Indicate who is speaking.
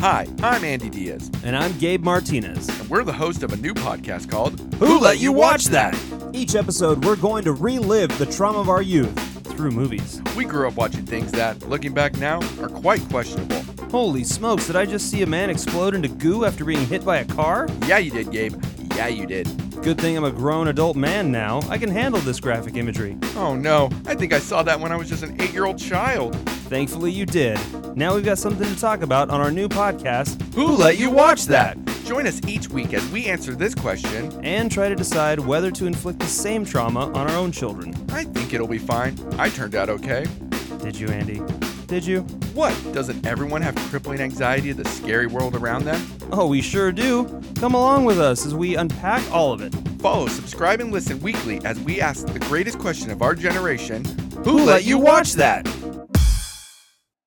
Speaker 1: Hi, I'm Andy Diaz,
Speaker 2: And I'm Gabe Martinez.
Speaker 1: and we're the host of a new podcast called
Speaker 2: Who Let You Watch Each episode, we're going to relive the trauma of our youth through movies.
Speaker 1: We grew up watching things that, looking back now, are quite questionable.
Speaker 2: Holy smokes, did I just see a man explode into goo after being hit by a car?
Speaker 1: Yeah, you did, Gabe. Yeah, you did.
Speaker 2: Good thing I'm a grown adult man now. I can handle this graphic imagery.
Speaker 1: Oh no, I think I saw that when I was just an eight year old child.
Speaker 2: Thankfully, you did. Now we've got something to talk about on our new podcast
Speaker 1: Who Let You Watch That? Join us each week as we answer this question.
Speaker 2: and try to decide whether to inflict the same trauma on our own children.
Speaker 1: I think it'll be fine. I turned out okay.
Speaker 2: Did you, Andy? Did you?
Speaker 1: What? Doesn't everyone have crippling anxiety of the scary world around them?
Speaker 2: Oh, we sure do. Come along with us as we unpack all of it.
Speaker 1: Follow, subscribe, and listen weekly as we ask the greatest question of our generation
Speaker 2: Who let you watch that?